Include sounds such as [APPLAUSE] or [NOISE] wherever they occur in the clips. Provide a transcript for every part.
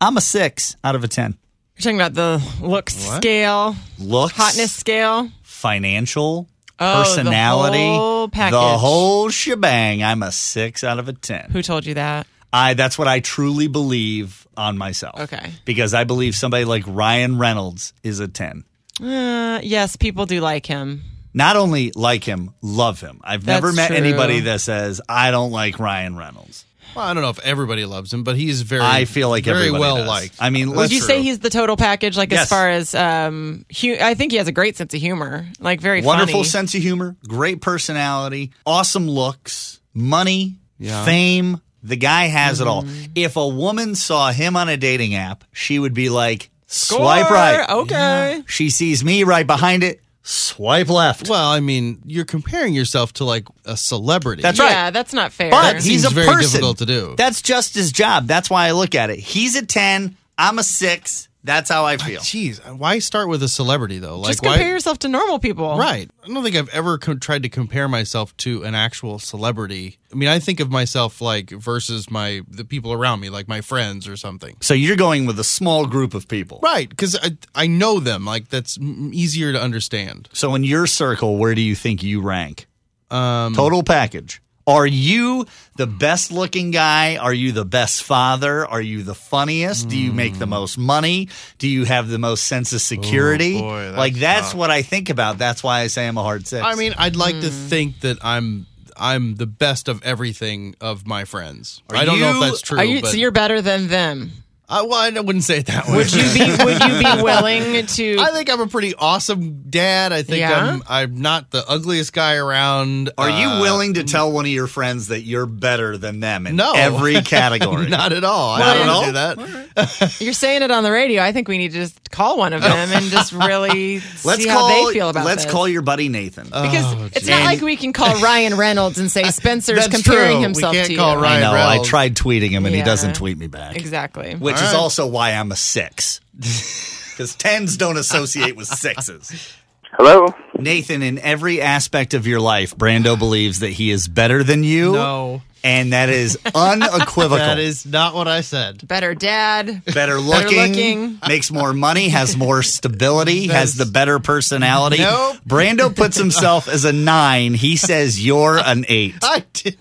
I'm a six out of a 10. You're talking about the looks scale, Looks, hotness scale. financial, Oh, the personality, whole package. the whole shebang. I'm a six out of a 10. Who told you that? I that's what I truly believe on myself. Okay. Because I believe somebody like Ryan Reynolds is a 10. Uh, yes, people do like him. Not only like him, love him. I've never That's met true. anybody that says I don't like Ryan Reynolds. Well, I don't know if everybody loves him, but he's very. I feel like very everybody well does. liked. I mean, Would you say he's the total package? Like Yes. as far as um, hu- I think he has a great sense of humor. Like very wonderful funny. sense of humor, great personality, awesome looks, money, fame. The guy has it all. Mm-hmm. If a woman saw him on a dating app, she would be like, "Swipe Or- right." Oh. Okay. She sees me right behind it. Swipe left. well, I mean, you're comparing yourself to like a celebrity. That's Yeah, right. that's not fair. But he- he's seems a very person. difficult to do. That's just his job. That's why I look at it. He's a ten. I'm a six. That's how I feel. Jeez, why start with a celebrity though? Like, just why? compare yourself to normal people. Right. I don't think I've ever co- tried to compare myself to an actual celebrity. I mean, I think of myself like versus my the people around me, like my friends or something. So you're going with a small group of people. Right, because I I know them. Like that's m- easier to understand. So in your circle, where do you think you rank? Um, Total package. Are you the best looking guy? Are you the best father? Are you the funniest? Do you Hmm. make the most money? Do you have the most sense of security? boy, that's like that's what I think about. That's why I say I'm a hard six. I mean, I'd like to Hmm. think that I'm I'm the best of everything of my friends. I don't know you- if that's true. Are you? but So you're better than them. I, Uh, well, I wouldn't say it that way. Would you be? would you be [LAUGHS] willing to? I think I'm a pretty awesome dad. I think Yeah? I'm I'm not the ugliest guy around. Are you Uh, willing to tell one of your friends that you're better than them in No. every [LAUGHS] category? Not at all. Not I at don't all? do that. You're saying it on the radio. I think we need to just call one of them and just really Oh. [LAUGHS] let's see call how they feel about Let's this. call your buddy Nathan. because Oh, it's not geez. like we can call Ryan Reynolds and say Spencer's [LAUGHS] That's comparing true. himself we can't to call you. I Ryan know. I Reynolds. tried tweeting him and he Yeah. doesn't tweet me back. Exactly. Which All is right. also why I'm a six. [LAUGHS] Because tens don't associate with sixes. Hello. Nathan, in every aspect of your life, Brando believes that he is better than you. No, And that is unequivocal. that is not what I said. Better dad. better looking, looking. makes more money, has more stability, has That's- the better personality. Nope. Brando puts himself as a nine. He says you're an eight. [LAUGHS] I did.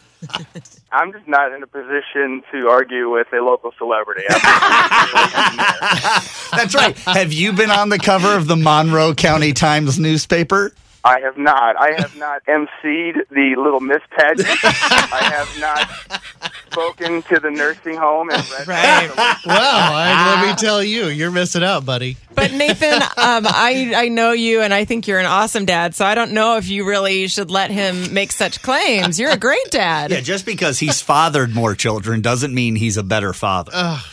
I'm just not in a position to argue with a local celebrity. I'm- That's right. Have you been on the cover of the Monroe County Times newspaper? [LAUGHS] I have not. I have not emceed the Little Miss pageant. I have not spoken to the nursing home and read Right. Well, I, let me tell you, you're missing out, buddy. But Nathan, um, I I know you, and I think you're an awesome dad. So I don't know if you really should let him make such claims. You're a great [LAUGHS] dad. Yeah, just because he's fathered more children doesn't mean he's a better father. Oh.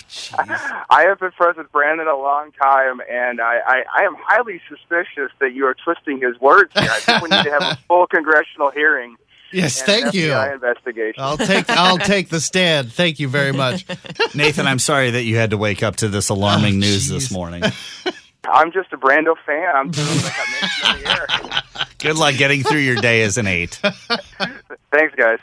I have been friends with Brandon a long time, and I, I, I am highly suspicious that you are twisting his words here. I think we need to have [LAUGHS] a full congressional hearing. Yes, and thank an you. FBI Investigation. I'll take I'll take the stand. Thank you very much. Nathan, I'm sorry that you had to wake up to this alarming Oh, news jeez. this morning. I'm just a Brando fan. I'm just [LAUGHS] like I mentioned in the air. Good luck getting through your day as an eight. Thanks, guys.